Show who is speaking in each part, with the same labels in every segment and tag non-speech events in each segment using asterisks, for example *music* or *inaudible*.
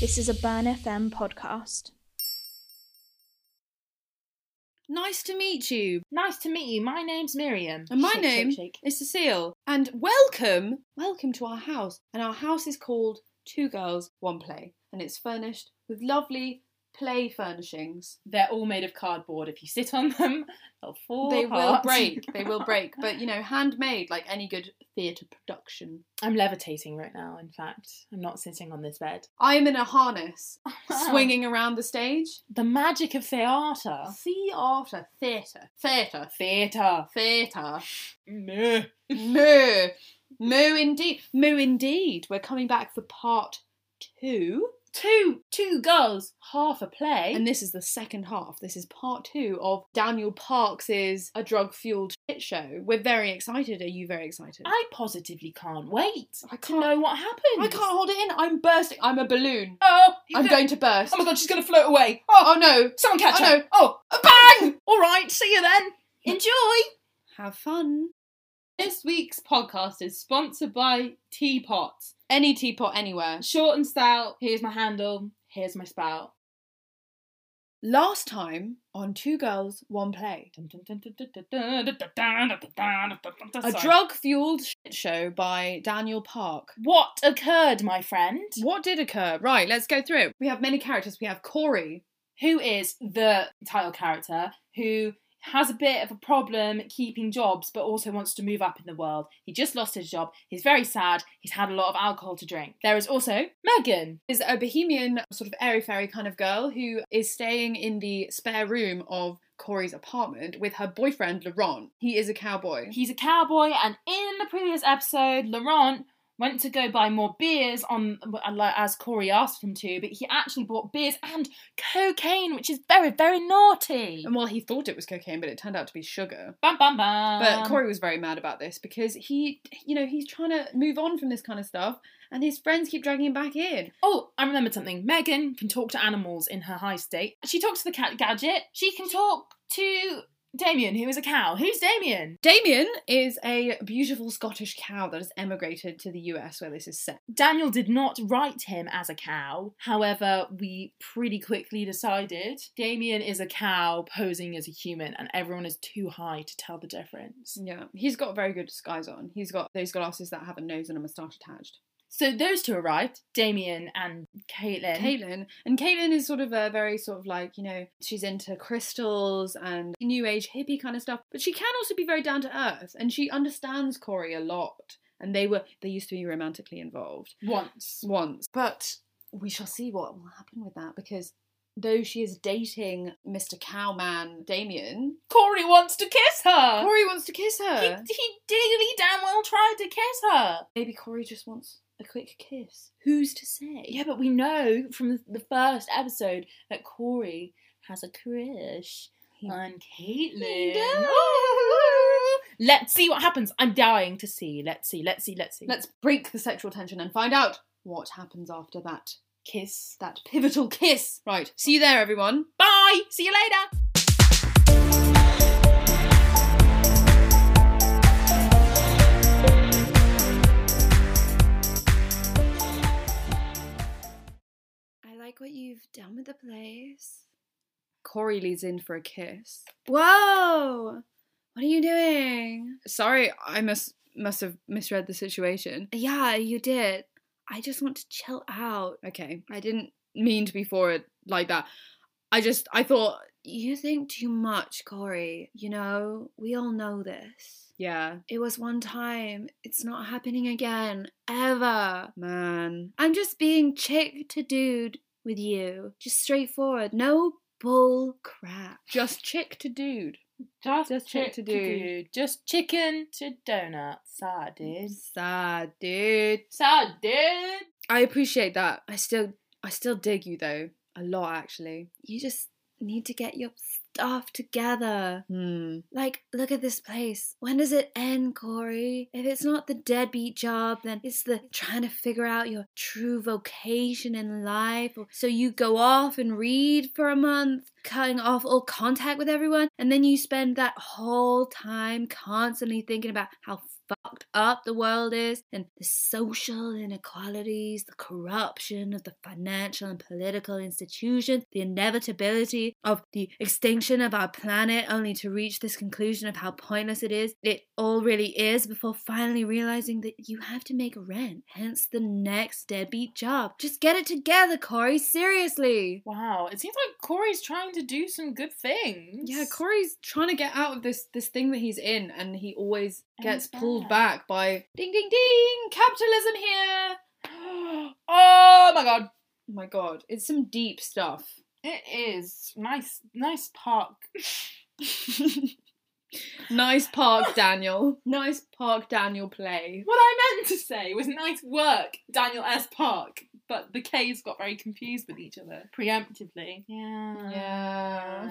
Speaker 1: This is a Burn FM podcast.
Speaker 2: Nice to meet you.
Speaker 3: Nice to meet you. My name's Miriam.
Speaker 2: And my
Speaker 3: Shake,
Speaker 2: name
Speaker 3: shake, shake.
Speaker 2: is Cecile. And welcome, welcome to our house. And our house is called Two Girls, One Play. And it's furnished with lovely play furnishings.
Speaker 3: They're all made of cardboard. If you sit on them, *laughs* they'll fall.
Speaker 2: they will
Speaker 3: apart. *laughs*
Speaker 2: break. They will break. But, you know, handmade like any good theatre production.
Speaker 3: I'm levitating right now. In fact, I'm not sitting on this bed.
Speaker 2: I am in a
Speaker 3: *laughs*
Speaker 2: harness, swinging around the stage.
Speaker 3: The magic of theatre.
Speaker 2: Theatre.
Speaker 3: *laughs*
Speaker 2: Theatre. Theatre.
Speaker 3: Theatre.
Speaker 2: Theatre.
Speaker 3: No.
Speaker 2: Moo. Moo indeed. Moo indeed. We're coming back for part two.
Speaker 3: Two two girls, half a play.
Speaker 2: And this is the second half. This is part two of Daniel Parks's A Drug Fueled Shit Show. We're very excited. Are you very excited?
Speaker 3: I positively can't wait
Speaker 2: I
Speaker 3: to
Speaker 2: can't.
Speaker 3: know what happens.
Speaker 2: I can't hold it in. I'm bursting. I'm a balloon.
Speaker 3: Oh, you
Speaker 2: I'm
Speaker 3: go-
Speaker 2: going to burst.
Speaker 3: Oh my god, she's gonna float away.
Speaker 2: Oh, oh no.
Speaker 3: Someone catch
Speaker 2: Oh,
Speaker 3: her.
Speaker 2: no.
Speaker 3: Oh, a
Speaker 2: *laughs*
Speaker 3: bang! All right, see you then. Enjoy.
Speaker 2: Have fun.
Speaker 3: This week's podcast is sponsored by Teapot.
Speaker 2: Any teapot anywhere.
Speaker 3: Short and stout, here's my handle, here's my spout.
Speaker 2: Last time on Two Girls, One Play. A
Speaker 3: A
Speaker 2: drug fueled shit show by Daniel Park.
Speaker 3: What occurred, my friend?
Speaker 2: What did occur? Right, let's go through it. We have many characters. We have Corey.
Speaker 3: Who is the title character who has a bit of a problem keeping jobs but also wants to move up in the world? He just lost his job, he's very sad, he's had a lot of alcohol to drink. There is also Megan.
Speaker 2: is a bohemian sort of airy fairy kind of girl who is staying in the spare room of Corey's apartment with her boyfriend Laurent. He is a cowboy.
Speaker 3: He's a cowboy, and in the previous episode, Laurent went to go buy more beers on as Corey asked him to, but he actually bought beers and cocaine, which is very, very naughty.
Speaker 2: And while he thought it was cocaine, but it turned out to be sugar.
Speaker 3: Bam, bam, bam.
Speaker 2: But Corey was very mad about this because he, you know, he's trying to move on from this kind of stuff, and his friends keep dragging him back in.
Speaker 3: Oh, I remembered something. Megan can talk to animals in her high state. She talks to the cat gadget. She can talk to Damien, who is a cow. Who's Damien?
Speaker 2: Damien is a beautiful Scottish cow that has emigrated to the US where this is set.
Speaker 3: Daniel did not write him as a cow. However, we pretty quickly decided Damien is a cow posing as a human, and everyone is too high to tell the difference.
Speaker 2: Yeah, he's got very good disguise on. He's got those glasses that have a nose and a moustache attached.
Speaker 3: So those two arrived, Damien and Caitlin.
Speaker 2: Caitlin. And Caitlin is sort of a very sort of like, you know, she's into crystals and new age hippie kind of stuff. But she can also be very down to earth and she understands Corey a lot. And they were they used to be romantically involved
Speaker 3: once.
Speaker 2: once. But we shall see what will happen with that because though she is dating Mr. Cowman Damien,
Speaker 3: Corey wants to kiss her.
Speaker 2: Corey wants to kiss
Speaker 3: Uh, He,
Speaker 2: her.
Speaker 3: he really damn well tried to kiss her.
Speaker 2: Maybe Corey just wants a quick kiss. Who's to say?
Speaker 3: Yeah, but we know from the first episode that Corey has a crush
Speaker 2: He-
Speaker 3: on
Speaker 2: He
Speaker 3: Caitlin.
Speaker 2: does.
Speaker 3: *laughs* Let's see what happens. I'm dying to see. Let's see. Let's see. Let's see.
Speaker 2: Let's break the sexual tension and find out what happens after that
Speaker 3: kiss.
Speaker 2: that pivotal kiss. Right, see you there, everyone.
Speaker 3: Bye. See you later.
Speaker 4: I like what you've done with the place.
Speaker 2: Corey leads in for a kiss.
Speaker 4: Whoa! What are you doing?
Speaker 2: Sorry, I must must have misread the situation.
Speaker 4: Yeah, you did. I just want to chill out.
Speaker 2: Okay, I didn't mean to be forward like that. I just I thought,
Speaker 4: You think too much, Corey. You know, we all know this.
Speaker 2: yeah,
Speaker 4: It was one time. It's not happening again. Ever.
Speaker 2: man.
Speaker 4: I'm just being chick to dude with you. Just straightforward. No bull crap.
Speaker 2: Just chick to dude.
Speaker 3: Just,
Speaker 2: chick to do.
Speaker 3: Just chicken to donut. Sad dude.
Speaker 2: Sad dude.
Speaker 3: Sad dude.
Speaker 2: I appreciate that. I still I still dig you though. A lot actually.
Speaker 4: You just need to get your stuff together.
Speaker 2: Hmm.
Speaker 4: Like, look at this place. When does it end, Corey? If it's not the deadbeat job, then it's the trying to figure out your true vocation in life. Or, so you go off and read for a month cutting off all contact with everyone, and then you spend that whole time constantly thinking about how fucked up the world is and the social inequalities, the corruption of the financial and political institutions, the inevitability of the extinction of our planet, only to reach this conclusion of how pointless it is. It all really is before finally realizing that you have to make rent, hence the next deadbeat job. Just get it together, Corey, seriously.
Speaker 3: Wow, it seems like Corey's trying to do some good things.
Speaker 2: Yeah, Corey's trying to get out of this this thing that he's in, and he always
Speaker 3: And
Speaker 2: gets
Speaker 3: he's
Speaker 2: pulled
Speaker 3: back.
Speaker 2: back by ding ding ding capitalism here.
Speaker 3: *gasps* oh my god,
Speaker 2: Oh my god, it's some deep
Speaker 3: *laughs*
Speaker 2: stuff.
Speaker 3: it is nice, nice park.
Speaker 2: Nice
Speaker 3: *laughs*
Speaker 2: park, Daniel. Nice park, Daniel. Play.
Speaker 3: What I meant to say was nice work, Daniel S. Park, but the K's got very confused with each other preemptively. Yeah.
Speaker 2: Yeah.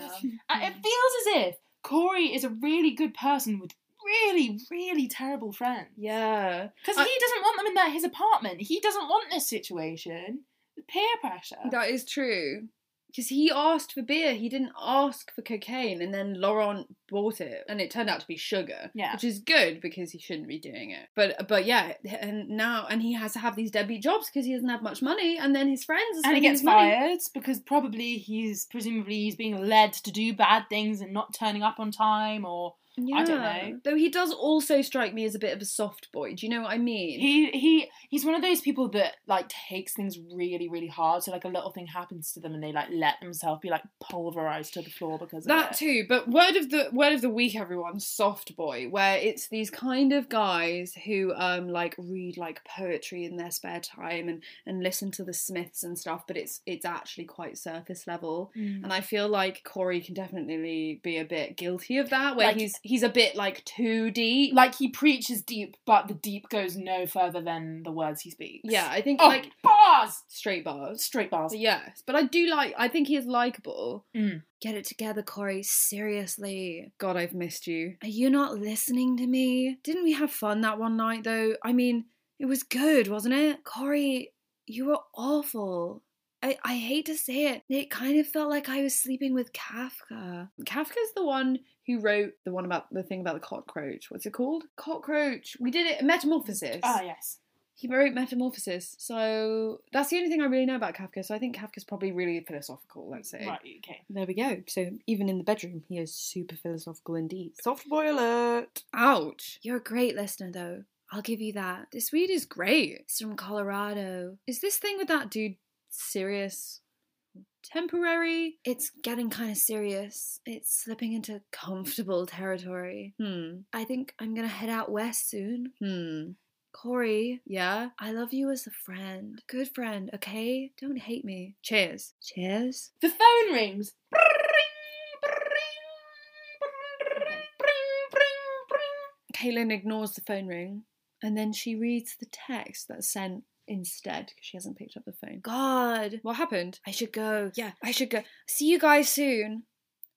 Speaker 3: Uh, It feels as if Corey is a really good person with really, really terrible friends.
Speaker 2: Yeah.
Speaker 3: Because
Speaker 2: I-
Speaker 3: he doesn't want them in their, his apartment. He doesn't want this situation. Peer pressure.
Speaker 2: That is true. Because he asked for beer, he didn't ask for cocaine, and then Laurent bought it, and it turned out to be sugar.
Speaker 3: Yeah.
Speaker 2: which is good because he shouldn't be doing it. But but yeah, and now and he has to have these deadbeat jobs because he doesn't have much money, and then his friends are
Speaker 3: and
Speaker 2: spending
Speaker 3: he gets
Speaker 2: his money.
Speaker 3: fired because probably he's presumably he's being led to do bad things and not turning up on time or I don't
Speaker 2: Yeah.
Speaker 3: know.
Speaker 2: Though he does also strike me as a bit of a soft boy. Do you know what I mean?
Speaker 3: he he he's one of those people that like takes things really really hard so like a little thing happens to them and they like let themselves be like pulverized to the floor because of
Speaker 2: That
Speaker 3: it.
Speaker 2: too, but word of the word of the week, everyone, soft boy, where it's these kind of guys who um like read like poetry in their spare time and and listen to the Smiths and stuff, but it's it's actually quite surface level.
Speaker 3: Mm.
Speaker 2: And I feel like Corey can definitely be a bit guilty of that, where
Speaker 3: Like-
Speaker 2: he's he's a bit like too deep.
Speaker 3: like he preaches deep but the deep goes no further than the words he speaks
Speaker 2: yeah, I think
Speaker 3: oh,
Speaker 2: like
Speaker 3: bars
Speaker 2: straight bars.
Speaker 3: straight bars
Speaker 2: Yes, but I do like. I think he is likable.
Speaker 4: Get it together, Corey, seriously.
Speaker 2: God, I've missed you.
Speaker 4: Are you not listening to me? Didn't we have fun that one night, though? I mean, it was good, wasn't it? Corey, you were awful. I, I hate to say it. It kind of felt like I was sleeping with Kafka.
Speaker 2: Kafka's the one who wrote the one about the thing about the cockroach. What's it called? Cockroach. We did it. Metamorphosis.
Speaker 4: Uh,
Speaker 3: ah yes
Speaker 2: He wrote Metamorphosis. So that's the only thing I really know about Kafka. So I think Kafka's probably really philosophical. Let's say.
Speaker 3: right okay
Speaker 2: There we go. So even in the bedroom, he is super philosophical indeed. Soft boy alert. Ouch.
Speaker 4: You're a great listener, though. I'll give you that. This read is great. It's from Colorado.
Speaker 2: Is this thing with that dude serious? Temporary.
Speaker 4: It's getting kind of serious. It's slipping into comfortable territory.
Speaker 2: Hmm.
Speaker 4: I think I'm gonna head out west soon.
Speaker 2: Hmm.
Speaker 4: Corey,
Speaker 2: Yeah.
Speaker 4: I love you as a friend. Good friend, okay? Don't hate me.
Speaker 2: Cheers.
Speaker 4: Cheers.
Speaker 3: The phone rings.
Speaker 2: Caitlin ignores the phone ring and then she reads the text that's sent instead because she hasn't picked up the phone.
Speaker 4: God,
Speaker 2: What happened?
Speaker 4: I should go. Yeah, I should go. See you guys soon.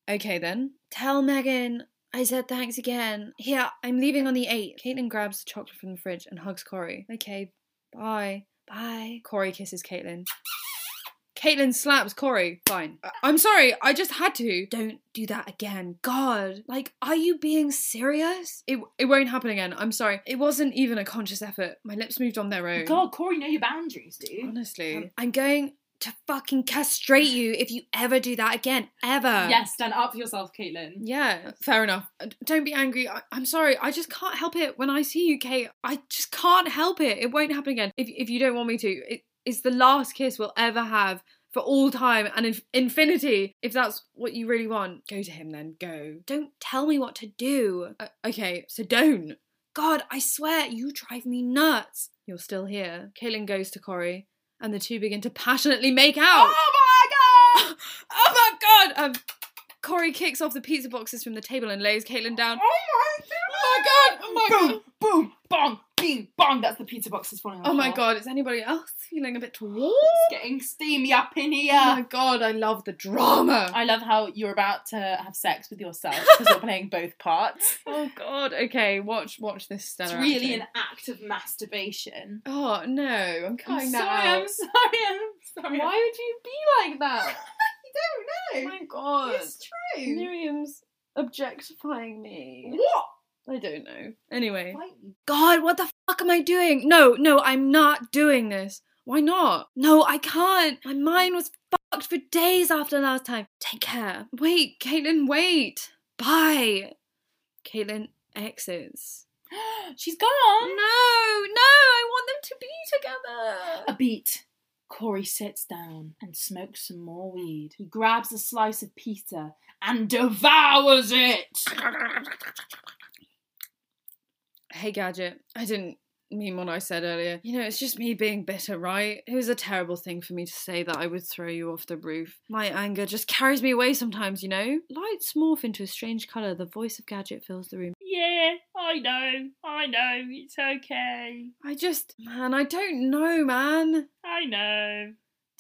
Speaker 2: Okay then.
Speaker 4: Tell Megan I said thanks again. Here, I'm leaving on the 8th.
Speaker 2: Caitlin grabs the chocolate from the fridge and hugs Corey. Okay, bye.
Speaker 4: Bye.
Speaker 2: Corey kisses Caitlin. Caitlin slaps Corey. Fine. I- I'm sorry, I just had to.
Speaker 4: Uh, Don't do that again. God, like, are you being serious?
Speaker 2: It, it won't happen again. I'm sorry. It wasn't even a conscious effort. My lips moved on their own.
Speaker 3: God, Corey, know your boundaries, dude.
Speaker 2: Honestly.
Speaker 4: Um, I'm going to fucking castrate you if you ever do that again. Ever.
Speaker 3: yes, stand up for yourself, Caitlin.
Speaker 2: Yeah, fair enough. Uh, Don't be angry. I- I'm sorry. I just can't help it when I see you, Kate. I just can't help it. It won't happen again. If if you don't want me to, it, it's the last kiss we'll ever have for all time and inf- infinity. If that's what you really want, go to him then. Go.
Speaker 4: Don't tell me what to do.
Speaker 2: Uh, okay, so don't.
Speaker 4: God, I swear, you drive me nuts.
Speaker 2: You're still here. Caitlin goes to Corey, and the two begin to passionately make out.
Speaker 3: Oh my god!
Speaker 2: oh my god! Um, Corey kicks off the pizza boxes from the table and lays Caitlin down.
Speaker 3: Oh my god! Boom, boom, bong, bing, bong. That's the pizza boxes falling on
Speaker 2: Oh my
Speaker 3: the floor.
Speaker 2: god! Is anybody else feeling a *gasps* bit towards?
Speaker 3: It's getting steamy up in here.
Speaker 2: Oh my god, I love the drama.
Speaker 3: I love how you're about to have sex with *laughs* yourself because you're playing both parts.
Speaker 2: Oh god, okay, watch watch this
Speaker 3: It's
Speaker 2: stellar.
Speaker 3: really
Speaker 2: acting.
Speaker 3: an act of masturbation.
Speaker 2: Oh no, I'm cutting
Speaker 3: I'm *laughs*
Speaker 2: that
Speaker 3: sorry,
Speaker 2: out.
Speaker 3: I'm sorry, I'm sorry.
Speaker 2: Why would you be like that?
Speaker 3: *laughs* you
Speaker 5: Oh
Speaker 6: don't know.
Speaker 5: my
Speaker 3: Oh
Speaker 5: god.
Speaker 6: it's true.
Speaker 5: Miriam's objectifying me.
Speaker 6: What?
Speaker 5: I don't know. Anyway.
Speaker 2: God, what the fuck am I doing? No, no, I'm not doing this. Why not? No, I can't. My mind was fucked for days after last time. Take care. Wait, Caitlin, wait. Bye. Caitlin exits.
Speaker 3: *gasps* She's
Speaker 2: No,
Speaker 3: gone.
Speaker 2: no, I want them to be together.
Speaker 3: A beat. Corey sits down and smokes some more weed. He grabs a slice of pizza and devours it.
Speaker 2: Hey, Gadget, I didn't mean what I said earlier. You know, it's just me being bitter, right? It was a terrible thing for me to say that I would throw you off the roof. My anger just carries me away sometimes, you know? Lights morph into a strange colour. The voice of Gadget fills the room.
Speaker 3: Yeah, I know, I know, it's okay.
Speaker 2: I just, man, I don't know, man.
Speaker 3: I know.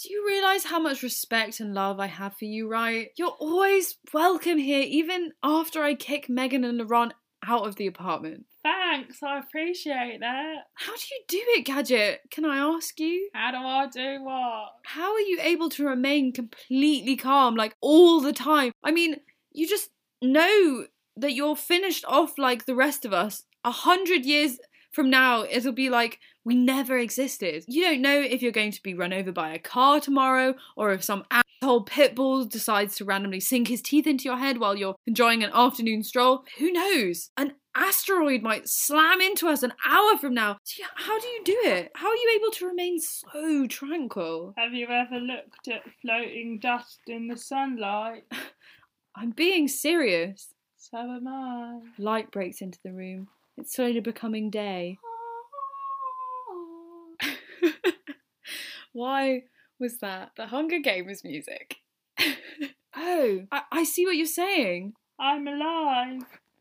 Speaker 2: Do you realise how much respect and love I have for you, right? You're always welcome here, even after I kick Megan and Laurent out of the apartment.
Speaker 3: Thanks, I appreciate that.
Speaker 2: How do you do it, Gadget? Can I ask you?
Speaker 3: How do I do what?
Speaker 2: How are you able to remain completely calm, like all the time? I mean, you just know that you're finished off like the rest of us. A hundred years from now, it'll be like we never existed. You don't know if you're going to be run over by a car tomorrow or if some asshole pit bull decides to randomly sink his teeth into your head while you're enjoying an afternoon stroll. Who knows? An asteroid might slam into us an hour from now. So yeah, how do you do it? How are you able to remain so tranquil?
Speaker 3: Have you ever looked at floating dust in the sunlight?
Speaker 2: I'm being serious.
Speaker 3: So am I.
Speaker 2: Light breaks into the room. It's slowly becoming day. *laughs* Why was that?
Speaker 5: The Hunger Games
Speaker 2: *laughs*
Speaker 5: music.
Speaker 2: Oh, I, I see what you're saying.
Speaker 3: I'm alive.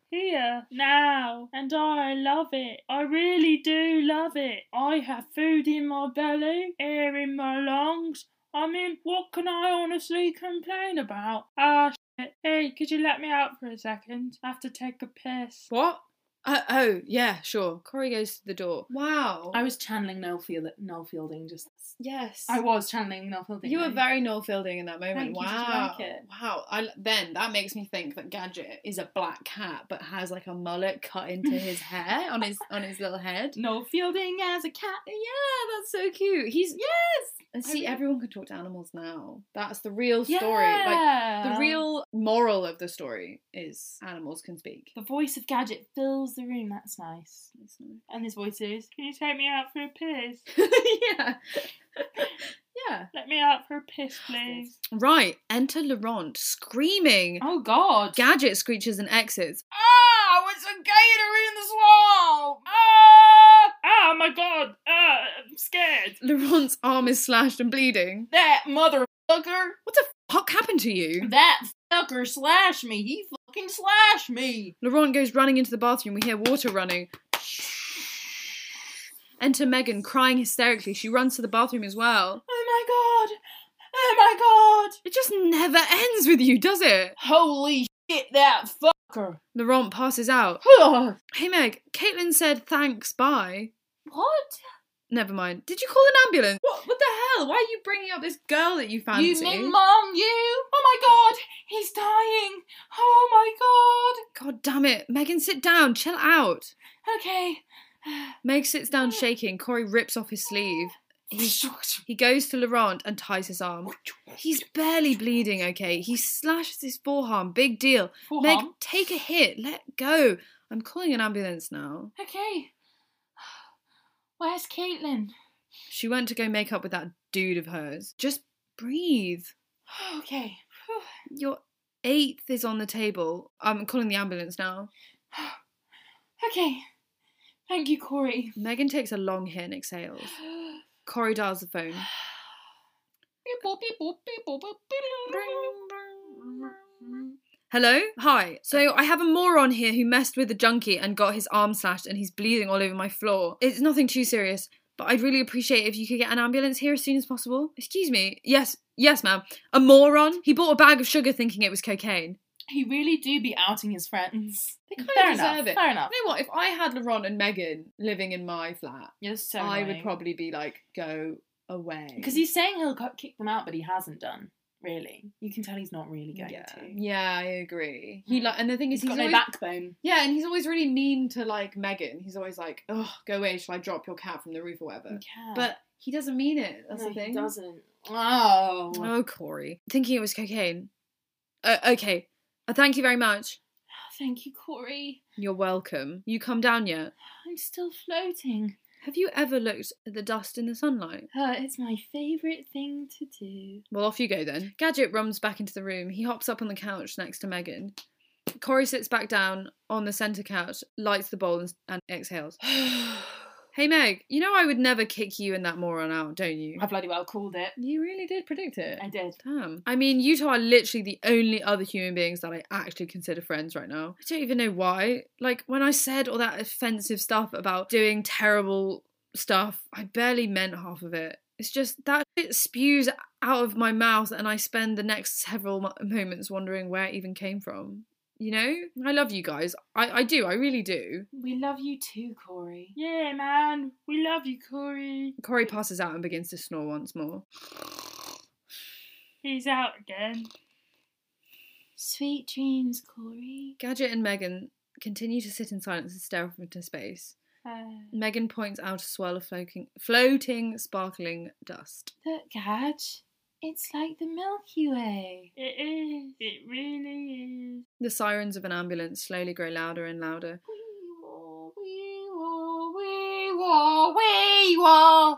Speaker 3: Here, now, and I love it. I really do love it. I have food in my belly, air in my lungs. I mean, what can I honestly complain about? Ah, shit. Hey, could you let me out for a second? I have to take a piss.
Speaker 2: What? Uh, oh, yeah, sure. Corey goes to the door.
Speaker 5: Wow.
Speaker 3: was channeling Noel, Field- Noel Fielding just.
Speaker 5: yes.
Speaker 3: was channeling Noel Fielding.
Speaker 5: you were very Noel Fielding in that moment.
Speaker 3: Thank you, did you
Speaker 5: wow.
Speaker 3: like it?
Speaker 5: Wow. I, then that makes me think that Gadget is a black cat but has like a mullet cut into his hair on his on his little head.
Speaker 3: Noel Fielding as a cat.
Speaker 5: Yeah, that's so cute. He's yes. And
Speaker 3: I
Speaker 5: see,
Speaker 3: really-
Speaker 5: everyone can talk to animals now. That's the real story. Like
Speaker 3: Yeah.
Speaker 5: the real moral of the story is animals can speak.
Speaker 3: The voice of Gadget fills the room. That's nice. And his voice is, Can you take me out for a piss?
Speaker 2: *laughs*
Speaker 5: yeah. yeah.
Speaker 3: Let me out for a *sighs* piss, please.
Speaker 2: Right, enter Laurent, screaming.
Speaker 3: Oh, God.
Speaker 2: Gadget screeches and exits.
Speaker 3: oh, it's a gator in the swamp. Oh, oh my God. Ah, I'm scared.
Speaker 2: Laurent's arm is slashed and bleeding.
Speaker 3: That motherfucker.
Speaker 2: What the fuck happened to you?
Speaker 3: That fucker slashed me. He fucking slashed me.
Speaker 2: Laurent goes running into the bathroom. We hear water running. Enter Megan, crying hysterically. She runs to the bathroom as well.
Speaker 3: Oh, my God. Oh, my God.
Speaker 2: It just never ends with you, does it?
Speaker 3: Holy shit, that fucker. *sighs*
Speaker 2: Laurent passes out.
Speaker 3: Ugh.
Speaker 2: Hey Meg, Caitlin said thanks, bye.
Speaker 3: what?
Speaker 2: Never mind. Did you call an ambulance? What, what the hell? Why are you bringing up this girl that you fancy?
Speaker 3: You mean mom, you? Oh my god, he's dying. Oh my god.
Speaker 2: God damn it. Megan, sit down. Chill out.
Speaker 3: Okay.
Speaker 2: Meg sits down shaking. Corey rips off his sleeve. He's, he goes to Laurent and ties his arm. He's barely bleeding, okay? He slashes his forearm. Big deal.
Speaker 3: Poor
Speaker 2: Meg,
Speaker 3: Mom.
Speaker 2: take a hit. Let go. I'm calling an ambulance now.
Speaker 3: Okay. Where's Caitlin?
Speaker 2: She went to go make up with that dude of hers. Just breathe.
Speaker 3: Okay.
Speaker 2: Your eighth is on the table. I'm calling the ambulance now.
Speaker 3: Okay. Thank you, Corey.
Speaker 2: Megan takes a long hit and exhales. Corey dials the phone. Hello? Hi. So I have a moron here who messed with the junkie and got his arm slashed and he's bleeding all over my floor. It's nothing too serious, but I'd really appreciate if you could get an ambulance here as soon as possible. Excuse me. Yes, yes, ma'am. A moron? He bought a bag of sugar thinking it was cocaine.
Speaker 3: He really do be outing his friends.
Speaker 5: They kind
Speaker 3: Fair
Speaker 5: of deserve
Speaker 3: enough.
Speaker 5: it.
Speaker 3: Fair enough.
Speaker 5: You know what? If I had Laurent and Megan living in my flat,
Speaker 3: You're so
Speaker 5: I would probably be like, go away.
Speaker 3: because he's saying he'll co- kick them out, but he hasn't done. really. You can tell he's not really going
Speaker 2: yeah.
Speaker 3: to.
Speaker 2: yeah, I agree. He
Speaker 3: Mm.
Speaker 2: like, and the thing is,
Speaker 3: He's
Speaker 2: he's
Speaker 3: got no
Speaker 2: always-
Speaker 3: backbone.
Speaker 2: Yeah, and he's always really mean to like Megan. He's always like, "Oh, go away! Shall I drop your cat from the roof or whatever?" But he doesn't mean it. That's
Speaker 3: no,
Speaker 2: the thing.
Speaker 3: He doesn't. Oh.
Speaker 4: Oh, Corey. Thinking it was cocaine. Uh, okay. Uh, thank you very much.
Speaker 3: Thank you, Corey.
Speaker 4: You're welcome. You come down yet?
Speaker 3: I'm still floating.
Speaker 4: Have you ever looked at the dust in the sunlight?
Speaker 3: Uh, it's my favourite thing to do.
Speaker 4: Well, off you go then. Gadget runs back into the room. He hops up on the couch next to Megan. Corey sits back down on the centre couch, lights the bowl, and, and *sighs* exhales. hey, Meg, you know I would never kick you and that moron out, don't you?
Speaker 3: I bloody well called it.
Speaker 2: You really did predict it.
Speaker 3: I did.
Speaker 4: Damn. I mean, you two are literally the only other human beings that I actually consider friends right now. I don't even know why. Like, when I said all that offensive stuff about doing terrible stuff, I barely meant half of it. It's just that it spews out of my mouth, and I spend the next several mo- moments wondering where it even came from. You know? I love you guys. I, I do. I really do.
Speaker 3: We love you too, Corey. Yeah, man. We love you, Corey.
Speaker 4: Corey passes out and begins to snore once more.
Speaker 3: He's out again. Sweet dreams, Corey.
Speaker 4: Gadget and Megan continue to sit in silence and stare off into space.
Speaker 3: Uh,
Speaker 4: Megan points out a swirl of floating, floating, sparkling dust.
Speaker 3: look, Gadge. It's like the Milky Way. It is. It really is.
Speaker 4: The sirens of an ambulance slowly grow louder and louder.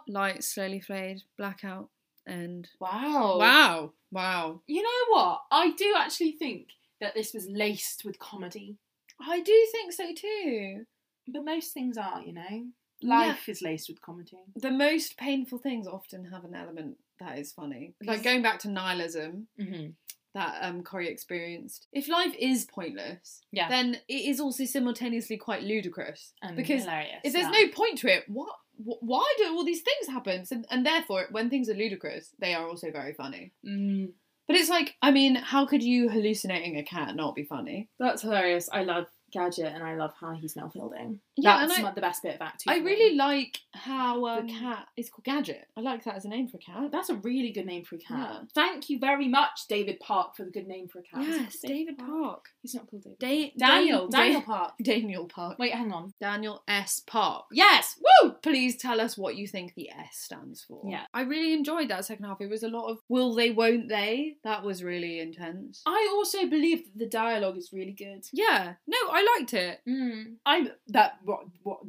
Speaker 4: Lights slowly fade, blackout, and
Speaker 2: Oh.
Speaker 3: Wow.
Speaker 2: Wow, wow.
Speaker 3: You know what? I do actually think that this was laced with comedy.
Speaker 2: I do think so too.
Speaker 3: But most things are, you know? Life is laced with comedy.
Speaker 2: The most painful things often have an element that is funny. Like
Speaker 3: Yes.
Speaker 2: going back to nihilism
Speaker 3: Mm-hmm.
Speaker 2: that um, Corey experienced. If life is pointless,
Speaker 3: Yeah.
Speaker 2: then it is also simultaneously quite ludicrous because
Speaker 3: because hilarious.
Speaker 2: if there's no point to it, what? wh- Why do all these things happen? So, and therefore, when things are ludicrous, they are also very funny.
Speaker 3: no. Mm,
Speaker 2: But it's like, I mean, how could you hallucinating a cat not be funny?
Speaker 3: that's hilarious. I love Gadget and I love how he's now fielding.
Speaker 2: Yeah,
Speaker 3: that's
Speaker 2: and I-
Speaker 3: my- the best bit of Act Two.
Speaker 2: I
Speaker 3: for me.
Speaker 2: really like how um, a
Speaker 3: Mm.
Speaker 2: cat is called Gadget. I like that as a name for a cat.
Speaker 3: That's a really good name for a cat.
Speaker 2: Yeah.
Speaker 3: Thank you very much, David Park, for the good name for a cat. Is it
Speaker 4: yes,
Speaker 3: called
Speaker 4: David Park.
Speaker 3: He's not called David.
Speaker 4: Da-
Speaker 3: Daniel.
Speaker 4: Dan-
Speaker 3: Daniel
Speaker 4: Da-
Speaker 3: Park.
Speaker 2: Daniel Park.
Speaker 3: Wait, hang on.
Speaker 2: Daniel S. Park.
Speaker 3: Yes.
Speaker 2: Woo! Please tell us what you think the S stands for.
Speaker 3: Yeah.
Speaker 2: I really enjoyed that second half. It was a lot of will they, won't they. That was really intense.
Speaker 3: I also believe that the dialogue is really good.
Speaker 4: Yeah, no, I liked it.
Speaker 2: Hmm.
Speaker 3: I'm that what what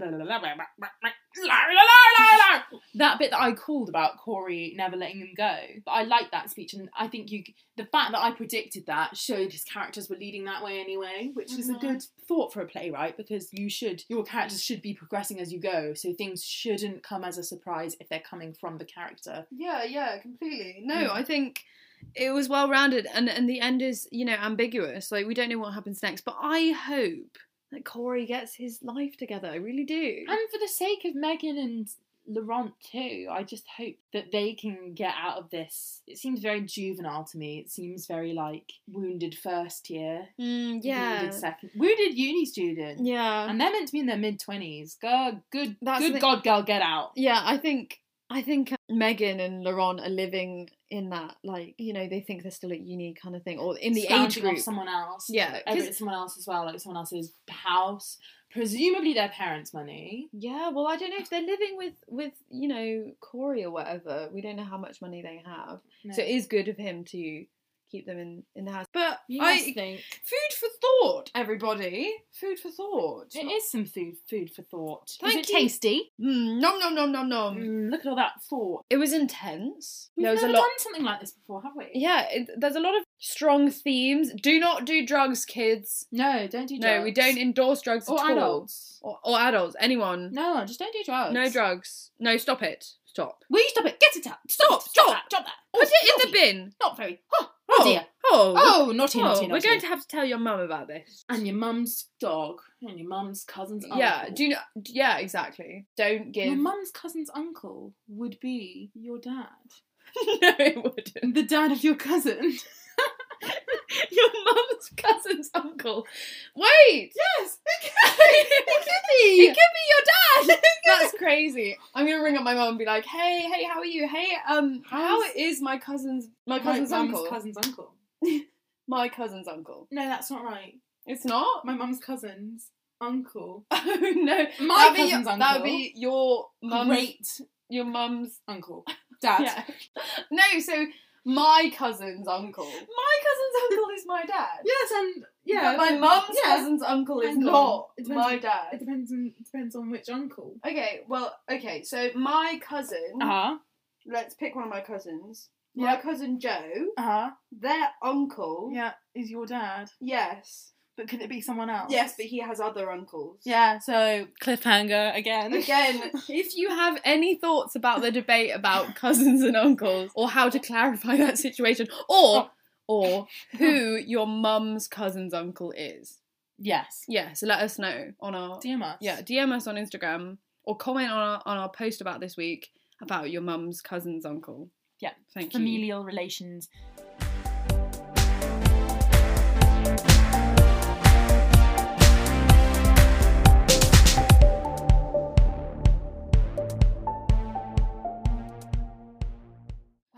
Speaker 3: that bit that I called about Corey never letting him go. But I like that speech, and I think you the fact that I predicted that showed his characters were leading that way anyway, which is a
Speaker 2: Mhm.
Speaker 3: good thought for a playwright because you should your characters should be progressing as you go, so things shouldn't come as a surprise if they're coming from the character.
Speaker 2: Yeah, yeah, completely. No,
Speaker 3: Mm.
Speaker 2: I think it was well rounded, and and the end is you know ambiguous. Like we don't know what happens next, but I hope that Corey gets his life together. I really do.
Speaker 3: And for the sake of Megan and Laurent too, I just hope that they can get out of this. It seems very juvenile to me. It seems very like wounded first year,
Speaker 2: Mm, yeah,
Speaker 3: wounded second, wounded uni student,
Speaker 2: yeah,
Speaker 3: and they're meant to be in their mid twenties. God, good,
Speaker 2: That's
Speaker 3: good
Speaker 2: the-
Speaker 3: God, girl, get out.
Speaker 2: yeah. I think I think Megan and Laurent are living in that like you know they think they're still at uni kind of thing, or in the age
Speaker 3: Scrounging off
Speaker 2: group.
Speaker 3: someone else.
Speaker 2: Yeah,
Speaker 3: Over
Speaker 2: 'cause-
Speaker 3: at someone else as well, like someone else's house, presumably their parents' money.
Speaker 2: Yeah, well, I don't know if they're living with with you know Corey or whatever. We don't know how much money they have,
Speaker 3: No.
Speaker 2: so it is good of him to keep them in in the house. But
Speaker 3: You
Speaker 2: I
Speaker 3: must think
Speaker 2: Food for thought, everybody. Food for thought.
Speaker 3: it is some food food for thought.
Speaker 2: Thank
Speaker 3: is it
Speaker 2: you.
Speaker 3: tasty?
Speaker 2: Mm, nom nom nom nom nom.
Speaker 3: Mm, look at all that thought.
Speaker 2: It was intense.
Speaker 3: We've
Speaker 2: there was
Speaker 3: never
Speaker 2: a lot.
Speaker 3: done something like this before, have we?
Speaker 2: Yeah, it, there's a lot of strong themes. Do not do drugs, kids.
Speaker 3: No, don't do drugs.
Speaker 2: No, we don't endorse drugs
Speaker 3: Or
Speaker 2: at all.
Speaker 3: adults.
Speaker 2: Or, or adults. Anyone.
Speaker 3: No, just don't do drugs.
Speaker 2: No drugs. No, stop it. Stop.
Speaker 3: Will you stop it? Get it out.
Speaker 2: Stop, stop.
Speaker 3: that. Drop that.
Speaker 2: Put it in the bin.
Speaker 3: Not very. Oh, oh,
Speaker 2: Oh,
Speaker 3: dear.
Speaker 2: Oh.
Speaker 3: Oh, naughty,
Speaker 2: oh,
Speaker 3: naughty, naughty.
Speaker 2: we're going to have to tell your mum about this.
Speaker 3: And your mum's dog. And your mum's cousin's uncle.
Speaker 2: Yeah, do you know? Yeah, exactly. Don't give.
Speaker 3: Your mum's cousin's uncle would be your dad.
Speaker 2: *laughs* no, it wouldn't.
Speaker 3: The dad of your cousin.
Speaker 2: Your mum's cousin's uncle. Wait. Yes. *laughs* It could be. *laughs* It could be your dad. That's crazy. I'm gonna ring up my mum and be like, "Hey, hey, how are you? Hey, um, how
Speaker 3: How's-
Speaker 2: is my cousin's *laughs* my
Speaker 3: My
Speaker 2: cousin's
Speaker 3: mum's
Speaker 2: uncle?
Speaker 3: cousin's uncle.
Speaker 2: My cousin's uncle.
Speaker 3: No, that's not right.
Speaker 2: It's not. *laughs*
Speaker 3: My mum's cousin's uncle.
Speaker 2: Oh no.
Speaker 3: My
Speaker 2: That'd be-
Speaker 3: cousin's uncle.
Speaker 2: That would be your mum's
Speaker 3: great
Speaker 2: your mum's
Speaker 3: uncle. Dad.
Speaker 2: Yeah. *laughs* No, so my cousin's uncle. My cousin's uncle is my dad.
Speaker 3: Yes, and yeah.
Speaker 2: Yeah, my
Speaker 3: but-
Speaker 2: mum's
Speaker 3: yeah.
Speaker 2: cousin's uncle is
Speaker 3: Uncle.
Speaker 2: not
Speaker 3: It depends
Speaker 2: my
Speaker 3: on- It
Speaker 2: dad.
Speaker 3: depends on it depends on which uncle.
Speaker 2: Okay, well, okay, so my cousin,
Speaker 3: Uh-huh.
Speaker 2: let's pick one of my cousins. My
Speaker 3: Yeah.
Speaker 2: cousin Joe,
Speaker 3: Uh-huh.
Speaker 2: their uncle,
Speaker 3: Yeah, is your dad.
Speaker 2: yes,
Speaker 3: But could it be someone else?
Speaker 2: yes, but he has other uncles.
Speaker 3: Yeah, so cliffhanger again.
Speaker 2: Again, if you have any thoughts about the debate about *laughs* cousins and uncles, or how to clarify that situation, or or who your mum's cousin's uncle is,
Speaker 3: Yes.
Speaker 2: yeah, so let us know on our
Speaker 3: DM us.
Speaker 2: yeah DM us on Instagram or comment on our, on our post about this week about your mum's cousin's uncle.
Speaker 3: Yeah.
Speaker 2: thank you.
Speaker 3: Familial relations.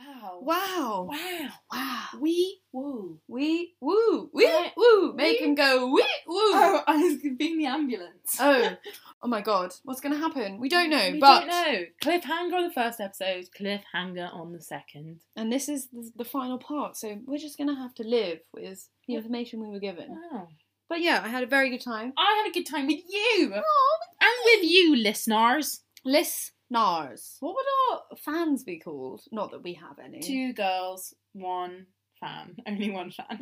Speaker 3: Wow.
Speaker 2: Wow.
Speaker 3: Wow.
Speaker 2: Wow.
Speaker 3: We woo.
Speaker 2: We woo wee
Speaker 3: Yeah.
Speaker 2: woo. Make
Speaker 3: Wee.
Speaker 2: him go wee woo.
Speaker 3: Oh, I was being the ambulance.
Speaker 2: oh. Oh my god. What's gonna happen? We don't know.
Speaker 3: we
Speaker 2: but
Speaker 3: don't know. Cliffhanger on the first episode, cliffhanger on the second.
Speaker 2: and this is the, the final part. So we're just gonna have to live with the
Speaker 3: Yeah.
Speaker 2: information we were given.
Speaker 3: Wow.
Speaker 2: But yeah, I had a very good time.
Speaker 3: I had a good time with you.
Speaker 2: Oh,
Speaker 3: and with you, listeners.
Speaker 2: Listeners, what would our fans be called? Not that we have any.
Speaker 3: Two girls, one fan. *laughs* Only
Speaker 2: *laughs*
Speaker 3: one fan.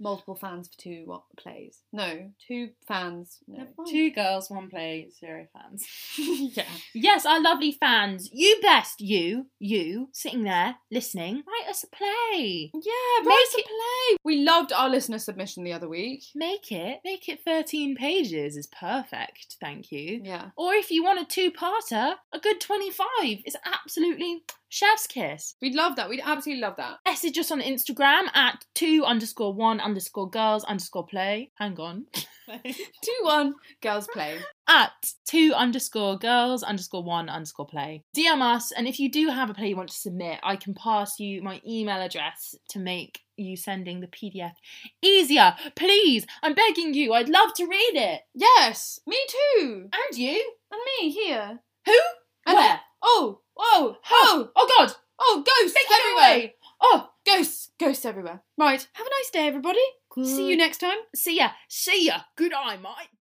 Speaker 2: multiple fans for two what, plays. No, two fans. No.
Speaker 3: Never mind. Two girls, one play, zero fans.
Speaker 2: *laughs*
Speaker 3: *laughs*
Speaker 2: yeah.
Speaker 3: Yes, our lovely fans. You best, you, you, sitting there listening. Write us a play.
Speaker 2: Yeah, make
Speaker 3: write
Speaker 2: a play. We loved our listener submission the other week.
Speaker 3: Make it, make it 13 pages is perfect. Thank you.
Speaker 2: Yeah.
Speaker 3: Or if you want a two parter, a good 25 is absolutely chef's kiss.
Speaker 2: We'd love that. We'd absolutely love that.
Speaker 3: Message us on Instagram at two underscore one underscore girls underscore play. Hang on.
Speaker 2: Two one girls play.
Speaker 3: at two underscore girls underscore one underscore play. DM us, and if you do have a play you want to submit, I can pass you my email address to make you sending the PDF easier. Please, I'm begging you, I'd love to read it.
Speaker 2: Yes, me too.
Speaker 3: And you?
Speaker 2: And me here.
Speaker 3: Who?
Speaker 2: And
Speaker 3: Where?
Speaker 2: Oh, oh, oh,
Speaker 3: Oh God!
Speaker 2: oh, ghosts
Speaker 3: Take it
Speaker 2: everywhere.
Speaker 3: away! Oh,
Speaker 2: Ghosts, ghosts
Speaker 3: Mm.
Speaker 2: everywhere. Right. Have a nice day, everybody. See you next time.
Speaker 3: See ya. See ya. Good eye, mate.